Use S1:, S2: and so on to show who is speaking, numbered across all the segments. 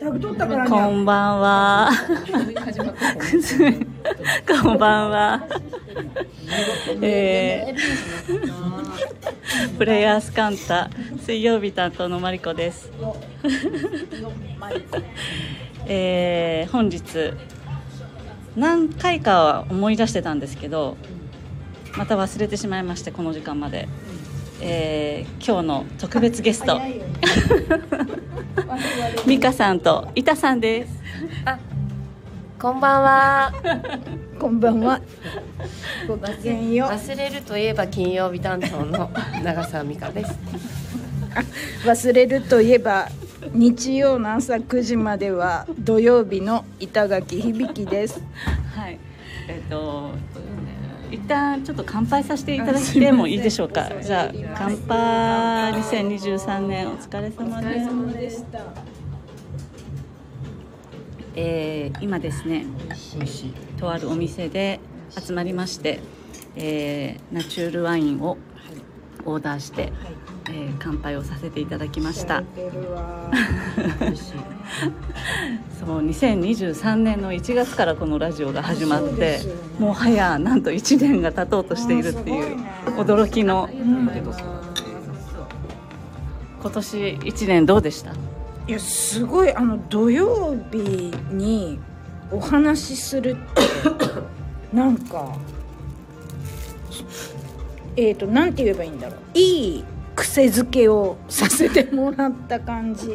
S1: 太ったから
S2: こ
S1: ね
S2: んばんは。こんばんは。えープレイヤースカンタ水曜日担当のマリコです。えー本日何回かは思い出してたんですけど、また忘れてしまいましてこの時間まで。えー今日の特別ゲスト
S1: 早いよ
S2: ミカさんとイタさんです。
S3: こんばんは。
S4: こんばんは。
S1: ごきげんよう
S3: 忘れるといえば金曜日担当の 長澤美香です。
S4: 忘れるといえば日曜の朝9時までは土曜日の板垣響です。
S2: はい。えっ、と一旦ちょっと乾杯させていただいてもいいでしょう か。じゃあ乾杯。2023年お疲れ様です。
S1: でした
S2: えー今ですね、とあるお店で集まりまして、えーナチュールワインをオーダーして、えー乾杯をさせていただきました。
S1: 出るわ
S2: そう2023年の1月からこのラジオが始まっ
S1: そう
S2: て
S1: ですよね
S2: もはやなんと1年が経とうとしているっていう驚きの今年1年どうでした
S4: いやすごいあの土曜日にお話しするってなんかえっ、となんて言えばいいんだろういい癖づけをさせてもらった感じ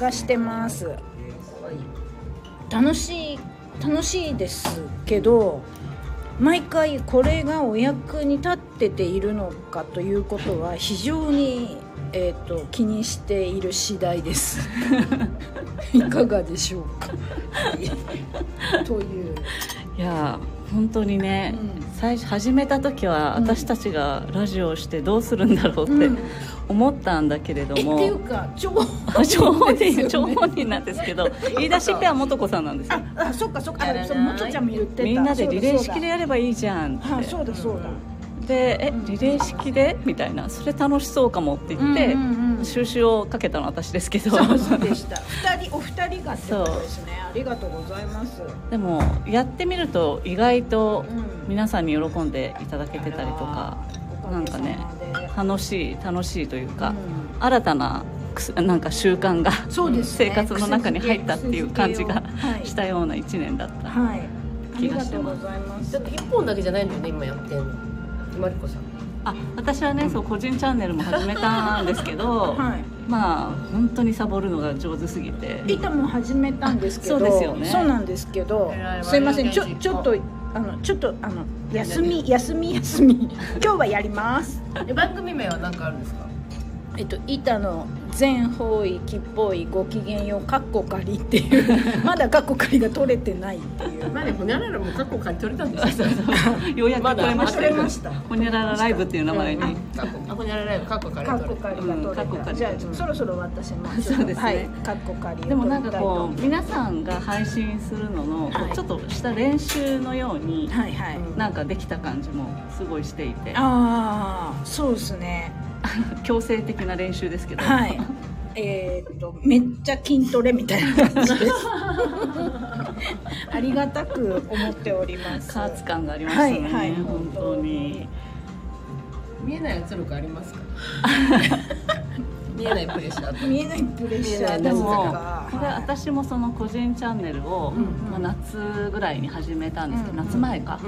S4: がしてます楽しい楽しいですけど毎回これがお役に立ってているのかということは非常に、えー、と気にしている次第ですいかがでしょう かという
S2: いやー本当にね、最初始めた時は
S4: うん
S2: 私たちがラジオをしてどうするんだろうって
S4: うん
S2: 思ったんだけれど
S4: えって
S2: も、
S4: いうか情報
S2: あ情報
S4: ですよね
S2: 人情報人なんですけど言い出しっぺは素子さんなんですよ
S4: あそっかそっかあそうもとちゃんも言ってた
S2: みんなでリレー式で
S4: や
S2: やればいいじゃんって
S4: あそうだそうだ
S2: で「えリレー式で?」みたいな「それ楽しそうかも」って言って、
S4: うんうんうん
S2: 収集をかけたのは私ですけど
S4: そうそうでした二人お二人がってことですねありがとうございます
S2: でもやってみると意外と
S4: うん
S2: 皆さんに喜んでいただけてたりとか、なんかね
S4: おかげさまで
S2: 楽しい楽しいというか、
S4: う
S2: 新たなくすなんか習慣が、
S4: そうですね
S2: 生活の中に入ったっていう感じ
S4: 癖
S2: が
S4: づけをはい
S2: したような1年だった、
S4: はいあ
S2: 気
S4: り
S2: が
S4: が
S2: して
S4: とう
S2: ま
S4: ご
S2: す
S4: ざいます
S3: だって一本だけじゃないのね今やってんの。マリコさん。
S2: あ私はねそう個人チャンネルも始めたんですけど、
S4: はい
S2: まあ本当にサボるのが上手すぎて
S4: 板も始めたんですけ
S2: あ
S4: ど
S2: そうですよね
S4: そうなんですけど
S3: 偉いわ
S4: すいませんちょ
S3: 有言
S4: ち
S3: 実行
S4: ょっとあのちょっとあの休み休み休み 今日はやります
S3: え番組名は何かあるんですか。
S4: えっと板の全方位きっぽいご機嫌ようカッコ仮っていう まだカッコ仮が取れてないっていう
S3: まあねほにゃららも過去から取れたんですよ。
S2: ようやく取れま
S4: まだ
S2: したよ
S4: 取れました
S2: ほにゃららライブっていう名前に、
S3: あほにゃららよ過去
S4: カ
S3: から
S4: ッコ
S3: 取れた。
S4: 仮が取れた、
S2: うんカッコ仮
S4: じゃあそろそろ私も
S2: そうですね
S4: はいカッコ仮を
S2: でもなんかこ
S4: 取り
S2: う皆さんが配信するのの、
S4: はい
S2: ちょっとした練習のように、
S4: たいとはいはい、
S2: なんかできた感じもすごいしていて
S4: ああそうですね
S2: 強制的な練習ですけど、
S4: はい。えーっと、めっちゃ筋トレみたいな感じです。ありがたく思っております。
S2: 加圧感がありましたね、
S4: はいはい
S2: 本当に
S3: 見えない圧力あります か。見えないプレッシャーと。
S4: 見えないプレッシャー
S2: で
S4: で
S2: も
S4: も、
S2: こ
S4: はい
S2: れ私もその個人チャンネルを、まあ、夏ぐらいに始めたんですけど、
S4: うん
S2: 夏前か、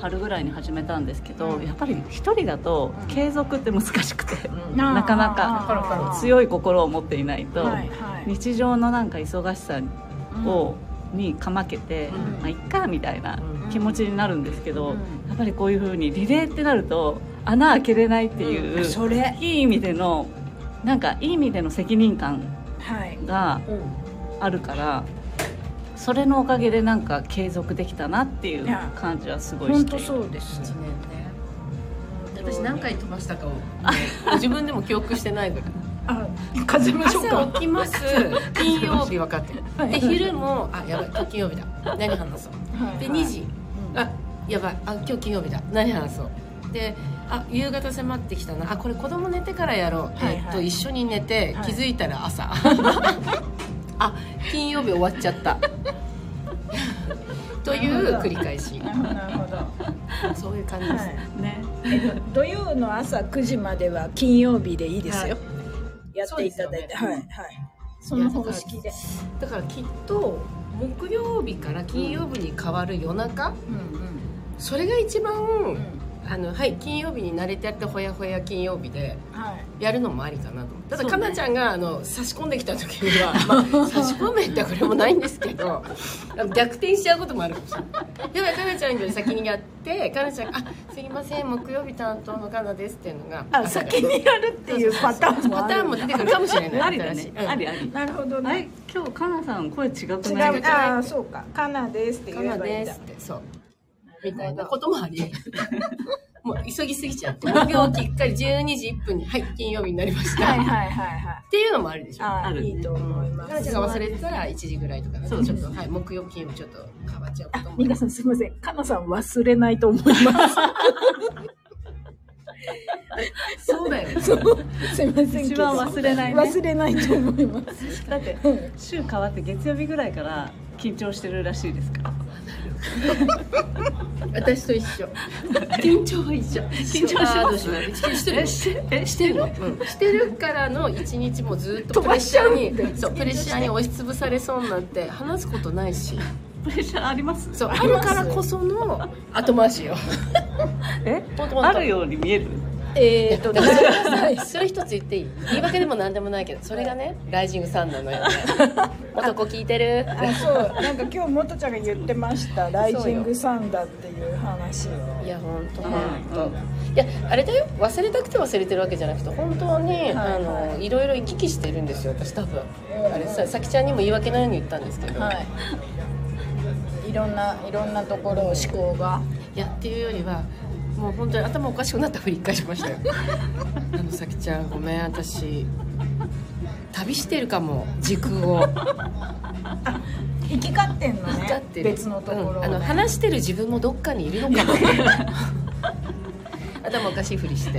S2: 春ぐらいに始めたんですけど、やっぱり一人だと継続って難しくて、
S4: あー
S2: なかな
S4: わかるわか
S2: か
S4: る
S2: 強い心を持っていないと、
S4: はいはい
S2: 日常のなんか忙しさを、にかまけて、まあいっかみたいな気持ちになるんですけど、やっぱりこういうふうにリレーってなると穴開けれないっていう、
S4: それ、
S2: いい意味でのなんかいい意味での責任感
S4: はい。
S2: があるから、それのおかげでなんか継続できたなってい
S4: い
S2: う
S4: や
S2: 感じはすごいし
S4: 本
S2: て
S4: 当
S2: いる
S4: そうです。
S3: 一年ね。私何回飛ばした かを、自分でも記憶してないぐらい。
S4: あ、風邪しょう
S3: 朝
S4: か。
S3: 起きます金曜日分かってるで昼もあやばい今日金曜日だ何話そうで2時あやばいあ今日金曜日だ何話そうであ夕方迫ってきたなあこれ子供寝てからやろう、
S4: はいはい
S3: えっと一緒に寝て
S4: はい
S3: 気づいたら朝、あ金曜日終わっちゃった という繰り返し
S1: なるほど。
S3: そういう感じです、
S1: は
S2: ね
S4: 土曜の朝9時までは金曜日でいいですよ、やっていただいて、
S3: そ
S4: はいは
S3: うですよ
S4: い
S3: ね
S4: その方式で、
S3: だからきっと木曜日から金曜日に変わる夜中、
S4: うん
S3: それが一番、
S4: うんうん
S3: あのはい金曜日に慣れてやってほやほや金曜日で
S4: はい
S3: やるのもありかなと思ってただ、
S2: そう
S3: か
S2: ね
S3: なちゃんがあの差し込んできた時には、ま あ、差し込めってこれもないんですけどあの逆転しちゃうこともあるかもしれないやばいかなちゃんより先にやってかなちゃんが「あすいません木曜日担当のかなです」っていうのが
S4: あ先にやるっていうパターンも
S3: パ
S4: あ
S3: タ
S4: る
S3: ーンも出てくるかもしれない
S2: ありだ
S3: 新し
S2: ね
S3: いうん
S2: ありあり
S4: なるほど
S2: あ
S4: ね
S2: れ今日かなさん声違く
S4: 違
S2: ないう
S4: ああそうかカナですって
S3: か
S4: 言え
S3: な
S4: ばいいん
S3: で
S4: だ
S3: すってそうみたいなこともあ りえるもう急ぎすぎちゃって目標をきっかり12時1分に「はい金曜日になりました」
S4: はい
S3: っ
S4: はいはいはい
S3: ていうのもあるでしょ
S4: ああ
S2: あるね
S4: いいと思いま
S3: 彼
S4: す
S3: 女が忘れてたら1時ぐらいとかだ
S2: そ
S3: と
S2: う
S3: ちょっと、はい、木曜金曜ちょっと変わっちゃうことも
S4: 皆さんすみませんカナさん忘れないと思います
S3: そうだよね
S4: すみませんけど
S2: 一番忘れないね
S4: 忘れないと思います
S2: だって
S4: うん
S2: 週変わって月曜日ぐらいから緊張してるらしいですから
S3: 私と一 緒緊張は一緒緊張しますねしてる
S2: えしてる
S3: うんしてるからの一日もずっとプレッシャーにそうプレッシャーに押しつぶされそうになって話すことないし
S2: プレッシャーあります
S3: そうあるからこその後回しよ
S2: え
S3: 本当本当
S2: あるように見える
S4: えっと
S3: だ
S4: な
S3: からそれ それ一つ言っていい言い訳でも何でもないけどそれがねライジングサンな のよね男聞いてる
S4: あそうなんか今日もとちゃんが言ってました「ライジングサンダー」っていう話を
S3: いや本当
S2: うん
S3: 本当いやあれだよ忘れたくて忘れてるわけじゃなくて本当に、いあのいろいろ行き来してるんですよ私多分あれささきちゃんにも言い訳のように言ったんですけど、い、
S4: はいいろんないろんなところを思考が
S3: やっていうよりはもう本当に頭おかしくなったふり一回しました よあのさきちゃんごめん私旅してるかも時空を
S4: 行き交ってんの
S3: だっ
S4: ね
S3: て
S4: 別のところ
S3: うんあの話してる自分もどっかにいるの かも頭おかしいふりして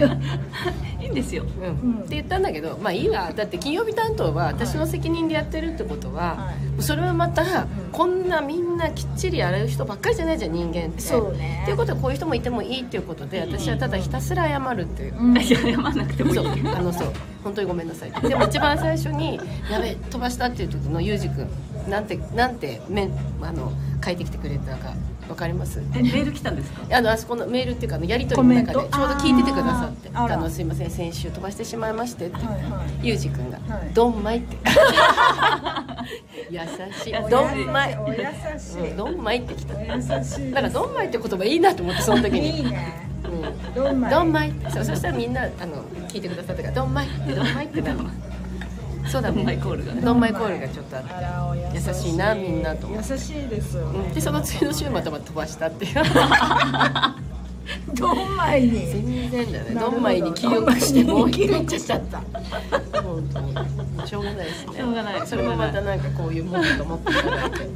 S2: いいんですよ
S3: うんって言ったんだけどまあいいわだって金曜日担当は私の責任でやってるってことは、
S4: はい
S3: それはまた、こんなみんなきっちりやる人ばっかりじゃないじゃん人間って。
S4: そうね
S3: っていうことはこういう人もいてもいいっていうことで私はただひたすら謝るっていう。
S4: うん
S2: いや謝らなくてもいい
S3: そうあのそう本当にごめんなさいでも一番最初に「やべ飛ばした」っていう時のゆうじくんなんてなんてめあの書いてきてくれたかわかります
S2: えメール来たんですか
S3: あのあそこのメールっていうかあのやり取りの中でち
S4: コ
S3: ょ
S4: メ
S3: う
S4: ン
S3: ど
S4: ト
S3: 聞いててくださって「
S4: あー
S3: あ
S4: あら
S3: のすいません先週飛ばしてしまいまして」って
S4: はいはい
S3: ゆうじくんが
S4: はい
S3: 「ドンマイ」って 優しい「ドンマイ
S4: お優し」
S3: うん「ドンマイ」ってきた
S4: いお
S3: だ
S4: 優しい
S3: から「ドンマイ」って言葉いいなと思ってその
S4: い
S3: 時
S4: い
S3: に
S4: ね
S3: 「うん
S4: どんまい
S3: ドンマイ」そうそしたらみんなあの聞いてくださったから「ドンマイ」って「ドンマイ」ってなるそうだ
S2: ドンマイ
S3: ね
S2: コールがね
S3: ドンマイコールがちょっとあって
S4: あらお優
S3: 優しいなみんなと思って
S4: 優しいですよ
S3: うん
S4: ね
S3: でその次の週またまた飛ばしたっていう
S4: どんまいに
S3: 全然だよね
S4: なるほ
S3: ド
S4: ど
S3: ンマイに記憶してもう
S4: ド
S3: 一
S4: ンマイ
S3: 回
S4: に
S3: ちゃっちゃった本当にしょうがないですね
S2: しょうがない
S3: それもまたなんかこういうもんだと思っていただいて
S4: 本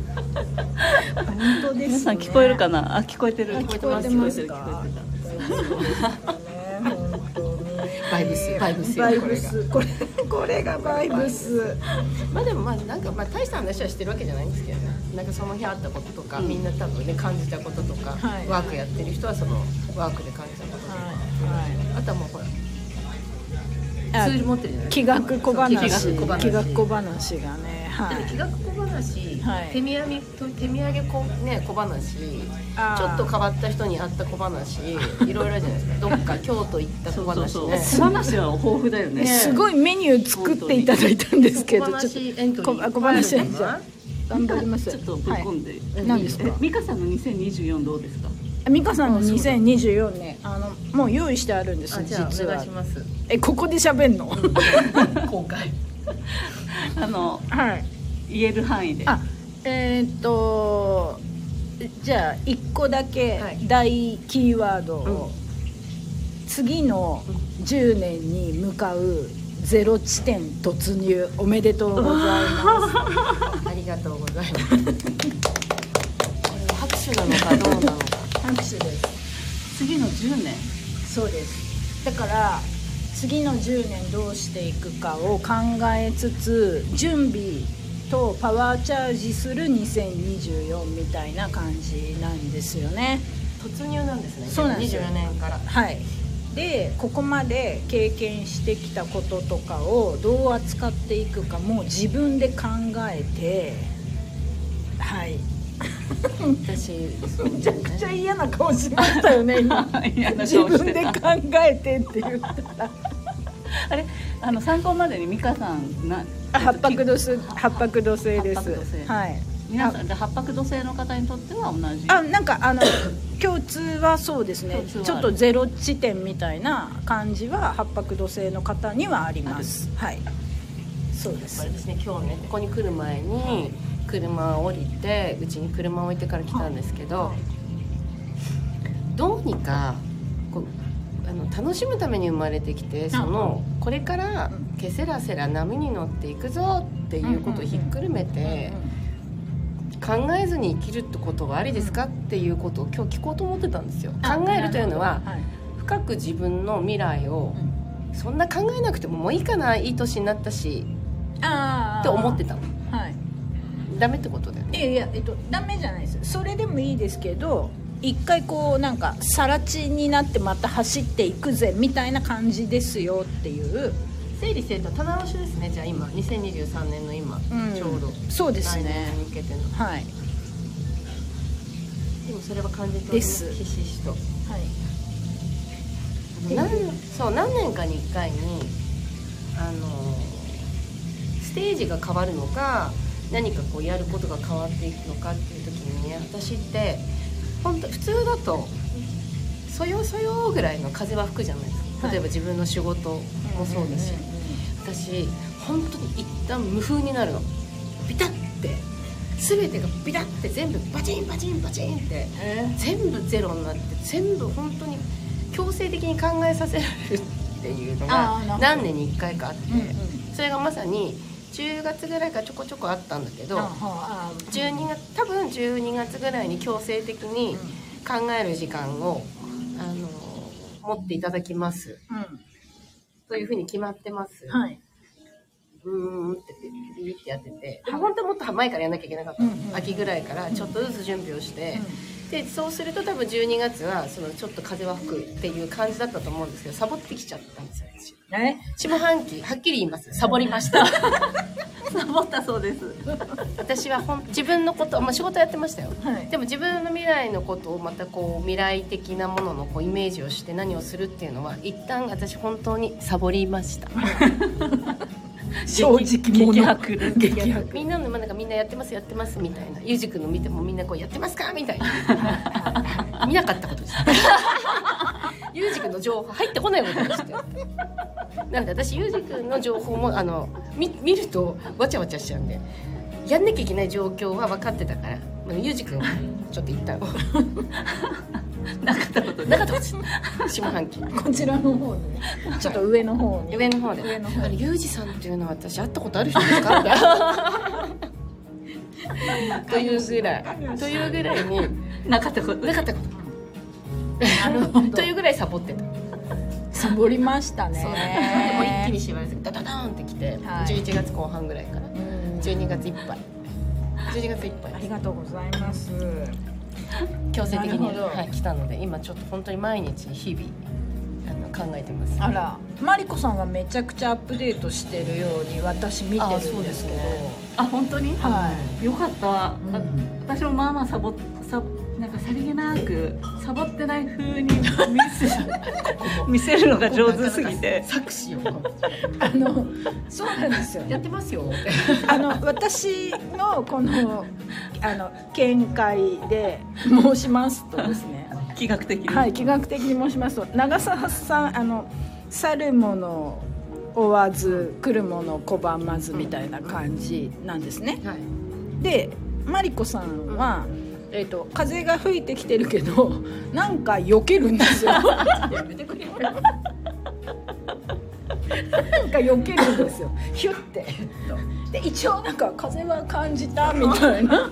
S4: 当ですね
S2: 皆さん聞こえるかなあ聞こえてる
S4: 聞こえてますか
S2: 聞こえてる聞こえて
S4: ね本当に
S3: バイブスバイブスよ
S4: バイブスこれこれがバイブス
S3: まあでもまあなんかまあ大した話はしてるわけじゃないんですけどねなんかその日あったこととか、みんな多分ね感じたこととか、
S4: はい
S3: ワークやってる人はそのワークで感じたこととか、あとはもうほらツ
S4: あ
S3: ール持ってるじゃない
S4: 気学小話
S3: そう気学小話
S4: 気学小話がねは
S3: だって
S4: い
S3: 気学小話、
S4: はい
S3: 手土産と手土産小,、ね、小話
S4: あー
S3: ちょっと変わった人に会った 小話いろいろあるじゃないですかどっか京都行った小
S2: るそう
S3: 話
S2: そうそう
S3: ね
S2: 小話は豊富だよね
S3: ね
S4: すごいメニュー作っていただいたんですけど
S3: 小
S4: ちょっ
S3: 話エントリー
S4: 小小話エントリー
S3: いっぱいある
S4: と頑張ります
S2: ちょっとぶっ込んで、
S3: のかな
S4: 何ですか
S2: え美香さんの2024どうですか
S4: 美香さんの2024年あのもう用意してあるんで
S3: あ
S4: す
S3: じゃあ
S4: 実
S3: お願い
S4: は
S3: します
S4: えここで喋んの
S3: 今回
S2: あの
S4: はい
S2: 言える範囲で
S4: あえーっとじゃあ1個だけ
S3: はい
S4: 大キーワードを、次の10年に向かうゼロ地点突入おめでとうございます
S3: ありがとうござい ます。これは拍手なのかどうなのか。
S4: 拍手です
S2: 次の10年
S4: そうですだから次の10年どうしていくかを考えつつ準備とパワーチャージする2024みたいな感じなんですよね。
S3: 突入なんですね
S4: そうなんですよ
S3: 24年から
S4: はい、でここまで経験してきたこととかをどう扱っていくかもう自分で考えてはい
S3: 私そうね
S4: めちゃくちゃ嫌な顔しましたよね 今
S2: 嫌な顔して
S4: 自
S2: た
S4: 分で考えてって言ったら
S2: あれあの参考までに美香さんな
S4: あ八白土星八白土星で
S2: 八白土
S4: す
S2: 星
S4: はい
S2: 皆さんで八白土星の方にとっては同じ
S4: あなんか あの共通はそうですね
S2: 共通はある
S4: ちょっとゼロ地点みたいな感じは八白土星の方にはありますはいそうで
S3: あ
S4: す
S3: れですね今日ねここに来る前に車を降りてうちに車を置いてから来たんですけどどうにかこうあの楽しむために生まれてきてそのこれからけせらせら波に乗っていくぞっていうことをひっくるめて考えずに生きるってことはありですかっていうことを今日聞こうと思ってたんですよ。考えるというのは
S4: はい
S3: 深く自分の未来をそんな考えなくてももういいかないい年になったし
S4: あ
S3: って思ってたの。
S4: たはい
S3: ダメってことだよね
S4: いやいや、えっと、ダメじゃないですそれでもいいですけど一回こうなんか更地になってまた走っていくぜみたいな感じですよっていう、
S3: 整理整頓棚卸しですねじゃあ今2023年の今、ちょうど
S4: そうです
S3: 来年
S4: ね
S3: に向けての
S4: はい、
S3: でもそれは感じておりま
S4: ですす
S3: ひしひしと
S4: はい、
S3: 何そう何年かに1回にあのステージが変わるのか何かこうやることが変わっていくのかっていう時にね私って本当普通だとそよそよぐらいの風は吹くじゃないですか、
S4: はい
S3: 例えば自分の仕事もそうだし、私本当に一旦無風になるのビタッて全てがビタッて全部バチンバチンバチンって全部ゼロになって全部本当に強制的に考えさせられるっていうの
S4: あーなるほ
S3: が
S4: ど
S3: 何年に1回かあって
S4: うんうんうん
S3: それがまさに10月ぐらいからちょこちょこあったんだけど
S4: あはあ
S3: 12月多分12月ぐらいに強制的に考える時間をあの持っていただきます
S4: う
S3: というふうに決まってます。
S4: んはい、
S3: うーんってビビってやっててでも本当はもっと前からやんなきゃいけなかったの、
S4: うんうん
S3: 秋ぐらいからちょっとずつ準備をして、でそうすると多分12月はそのちょっと風は吹くっていう感じだったと思うんですけどサボってきちゃったんですよ私
S4: うん、え
S3: 下半期はっきり言いますサボりました
S2: サボったそうです
S3: 私はほん自分のこと、まあ、仕事やってましたよ
S4: はい
S3: でも自分の未来のことをまたこう未来的なもののこうイメージをして何をするっていうのは一旦私本当にサボりました
S4: 正直
S2: 激
S4: 者
S2: 白です
S4: 激白
S3: みんなのまあなんかみんなやってますやってますみたいなゆうじくんの見てもみんなこうやってますかみたい な見なかったことです ゆうじくんの情報入ってこないことにしてなんで私ゆうじくんの情報もあの見見るとわちゃわちゃしちゃうんでやんなきゃいけない状況は分かってたから、まあ、ゆうじくんはちょっと一旦
S2: なかったことで
S3: なかったことです下半期
S4: こちらの方にちょっと上の方に
S3: 上の方で
S4: 上の方
S3: あれゆうじさんっていうのは私会ったことある人で すかというぐらいというぐらいに
S2: なかったことで
S3: なかったこと
S4: なるほ
S3: というぐらいサボってた、
S4: サボりましたね
S3: そうもう一気に縛られてダダダーンってきて、
S4: はい
S3: 11月後半ぐらいから
S4: うん
S3: 12月いっぱい12月いっぱ
S4: あ
S3: い
S4: りがとうございます
S3: 強制的
S4: なる
S3: に、
S4: ほど
S3: はい、来たので今ちょっと本当に毎日日々あの考えてます
S4: あらマリコさんがめちゃくちゃアップデートしてるように私見て
S3: あ
S4: る
S3: そ
S4: ん
S3: う
S4: で
S3: ですす
S4: け
S3: ね
S4: ど
S2: あ本当に、
S4: は
S2: よかった、あ
S4: ん
S2: 私もまあまあサボサなんかさりげなくサボってない風に見せ 見せるのが上手すぎて
S3: 作詞を
S4: あのそうなんですよ
S3: やってます よ
S4: あの私のこのあの見解で申しますとですね
S2: 気学的に、
S4: はい気学的に申しますと長澤さんあの去るもの追わず来るもの拒まずみたいな感じなんですね
S3: はい
S4: でマリコさんは、えー、と風が吹いてきてるけどなんか避けるんですよなんか避けるんですよヒュッてで一応なんか風は感じたみたいな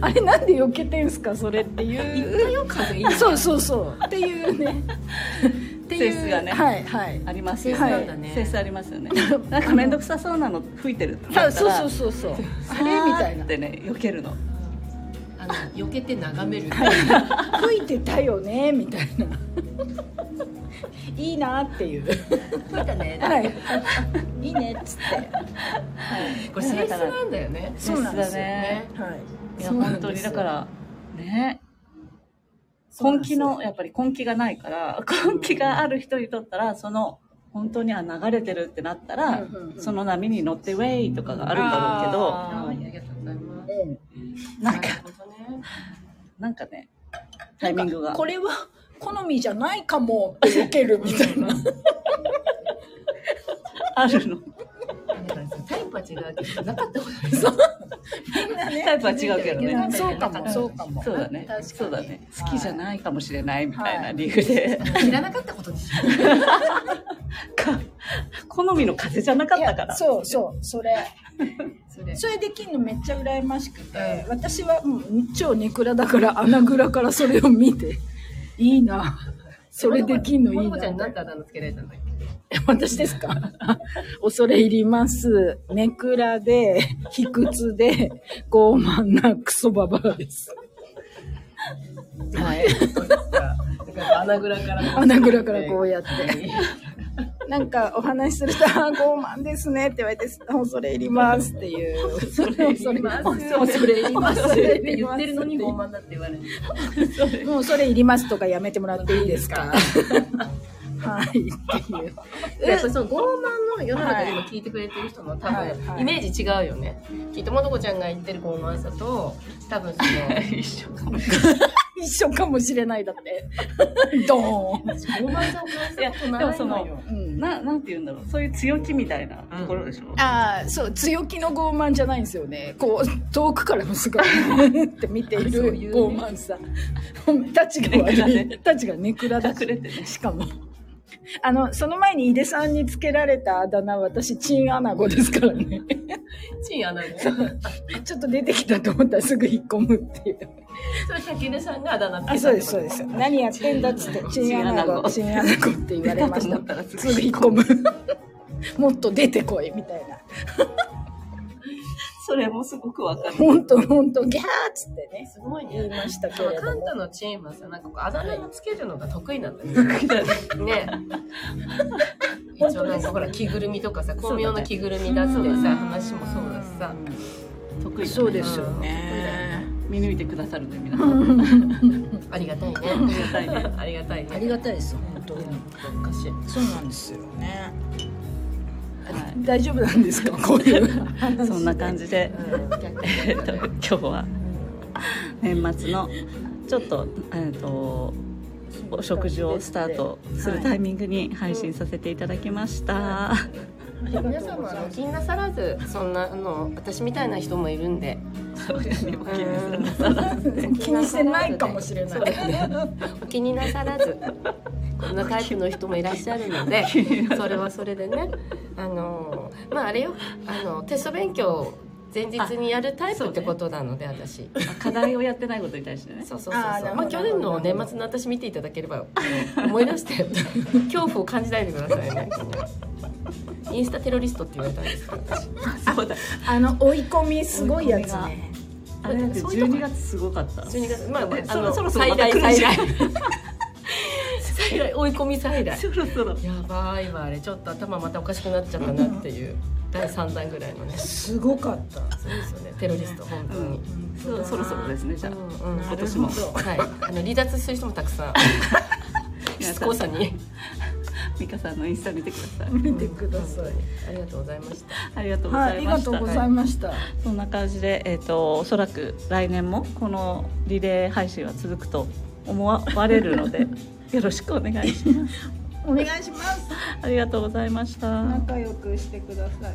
S4: あれなんで避けてんすかそれっていう
S3: よ風いい
S4: そうそうそうっていうねって
S2: 性質がね
S4: はいはい
S2: ありますよ
S4: はい
S3: なんだね
S2: 性質ありますよねなんか面倒くさそうなの吹いてるってな
S4: あ
S2: ったら
S4: そうそうそうそうあれみたいな
S2: でね避けるの
S3: あの避けて眺める
S4: 吹いてたよねみたいないいなっていう
S3: なんかね
S4: はいいいねっつって
S3: これ性質なんだよね
S4: そうなんですよ
S2: ね
S4: はい
S2: いや
S4: そうなん
S2: 本当
S4: で
S2: に
S4: す
S2: だ
S4: よ
S2: からね
S4: そうなん
S2: 根
S4: です
S2: 気のやっぱり根気がないから根気がある人にとったらその本当には流れてるってなったら、
S4: うんうんうん
S2: その波に乗ってウェイとかがあるんだろうけど
S3: あ
S4: あ
S3: ーありがとうございます
S2: なんか
S3: なるほどね
S2: なんかねタイミングが
S4: これは好みじゃないかもって受けるみたい な
S2: あるの
S3: だからさタイプは違うけどなかったことない
S2: タイプは違うけどね
S3: うん
S4: そうかもそうかも
S2: そうだね
S3: 確かに
S2: そうだね好きじゃないかもしれないみたい
S4: は
S2: ない理由で、
S3: 知らなかったことにしよう
S2: か好みの風じゃなかったか
S4: い
S2: ら
S4: やそうそうそれ
S3: それ
S4: それできんのめっちゃ羨ましくて、私はもう超ネクラだから穴蔵からそれを見ていいなそれできんのいい
S3: もこちゃんに
S4: な
S3: なんてあだ名つけられたんだっ
S4: 私ですか恐れ入りますネクラで卑屈で傲慢なクソババアです
S3: けはいだから穴蔵からこう
S4: 穴蔵からこうやってなんかお話しすると「あー傲慢ですね」って言われて「恐れ入ります」っていう恐れ
S3: それま す
S4: 恐れ入ります
S3: それって言ってるのに傲慢だって言われる
S4: もうそれいりますとかやめてもらっていいですか。はいっていう。
S3: やっぱりその傲慢の世の中でも聞いてくれてる人の多
S4: はいは
S3: 分
S4: い
S3: イメージ違うよねきっともとこちゃんが言ってる傲慢さと多分その
S2: 一緒かも
S4: 一緒かもしれないだって。ドーン。
S3: 傲慢さを感じたこと
S2: い
S3: ない
S2: やでもそ
S3: のよ
S2: のななんて言うんだろうそういう強気みたいなところでしょ、
S4: ああ、そう、強気の傲慢じゃないんですよね。こう、遠くからもすごいって見てい
S3: そう
S4: る
S3: いうね
S4: 傲慢さ。たちが悪い。たちがネクラだ
S2: 隠れてね
S4: しかも。あの、その前に井出さんにつけられたあだ名、私、チンアナゴですからね。
S3: チン穴蔵それ
S4: ちょっと出てきたと思ったらすぐ引っ込むっていう。
S3: 竹根さんがあだ名つけた
S4: あそうですそうです何やってんだっつって「チンアナゴチンアナゴ」って言われまし
S2: だと思った
S4: た
S2: らす
S4: すぐ引っ込むもっと出てこいみたいな
S2: それもすごくわかる
S4: ほんとほんとギャーっつってね
S3: すごい
S4: 言い
S3: ね
S4: ましたけ
S3: そう
S4: れ
S3: カ
S4: ど
S3: ン
S4: も
S3: タのチームはさなんかこうあだ名をつけるのが得意なんだね ね一応なんかほら着ぐるみとかさ巧妙な着ぐるみ出すでさ話もそうだしさ
S2: 得意だね
S4: そうですよね
S2: 見抜いてくださるね皆さん
S3: ありがたいね
S2: ありがたいね
S3: ありがたいね
S4: ありがたいです本当に
S3: おかしい
S4: そうなんですよね
S2: は
S4: 大丈夫なんですかこういう
S2: い、そんな感じで、えっと今日は年末のちょっと,、えっと お食事をスタートするタイミングに配信させていただきました、
S3: 皆さんもあの気になさらずそんなあの私みたいな人もいるんで
S2: そうですね
S4: 気にしてないかもしれない
S3: そうだねお気になさらずこんなタイプの人もいらっしゃるのでそれはそれでねあのまああれよあのテスト勉強を前日にやるタイプってことなので私
S2: 課題をやってないことに対してね
S3: そうそうそうそう
S4: あーなるほ
S3: まあ
S4: ど
S3: 去年の年末の私見ていただければ思い出して恐怖を感じないでくださいねインスタテロリストって言われたんですから私
S2: そうだ
S4: あの追い込みすごいやつね
S2: あれだって12月すごかった
S3: 12月まああ
S2: そろ
S3: の
S2: そろそろ
S3: 最大
S2: また来るん
S3: 最
S2: じゃ
S3: 大最大追い込み最大
S2: そろそろ
S3: やばいわあれちょっと頭またおかしくなっちゃったなっていう第3弾ぐらいのねそ
S4: すごかった
S3: うですよねテロリスト本当に、
S2: そろそろそろですねじゃあ
S3: うんうん
S2: 今年も
S3: はいあの離脱する人もたく さん しつこさに
S2: 美香さんのインスタ見てください
S4: 見てください
S3: ありがとうございました
S2: ありがとうご
S4: はい
S2: ざ
S4: あ
S2: い
S4: り
S2: ま
S4: が
S2: した
S4: とうございました
S2: そんな感じで、えー、とおそらく来年もこのリレー配信は続くと思われるの でよろしくお願いします
S4: お願いします
S2: ありがとうございました
S1: 仲良くしてください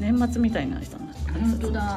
S2: 年末みたいな人になった
S4: 本当だ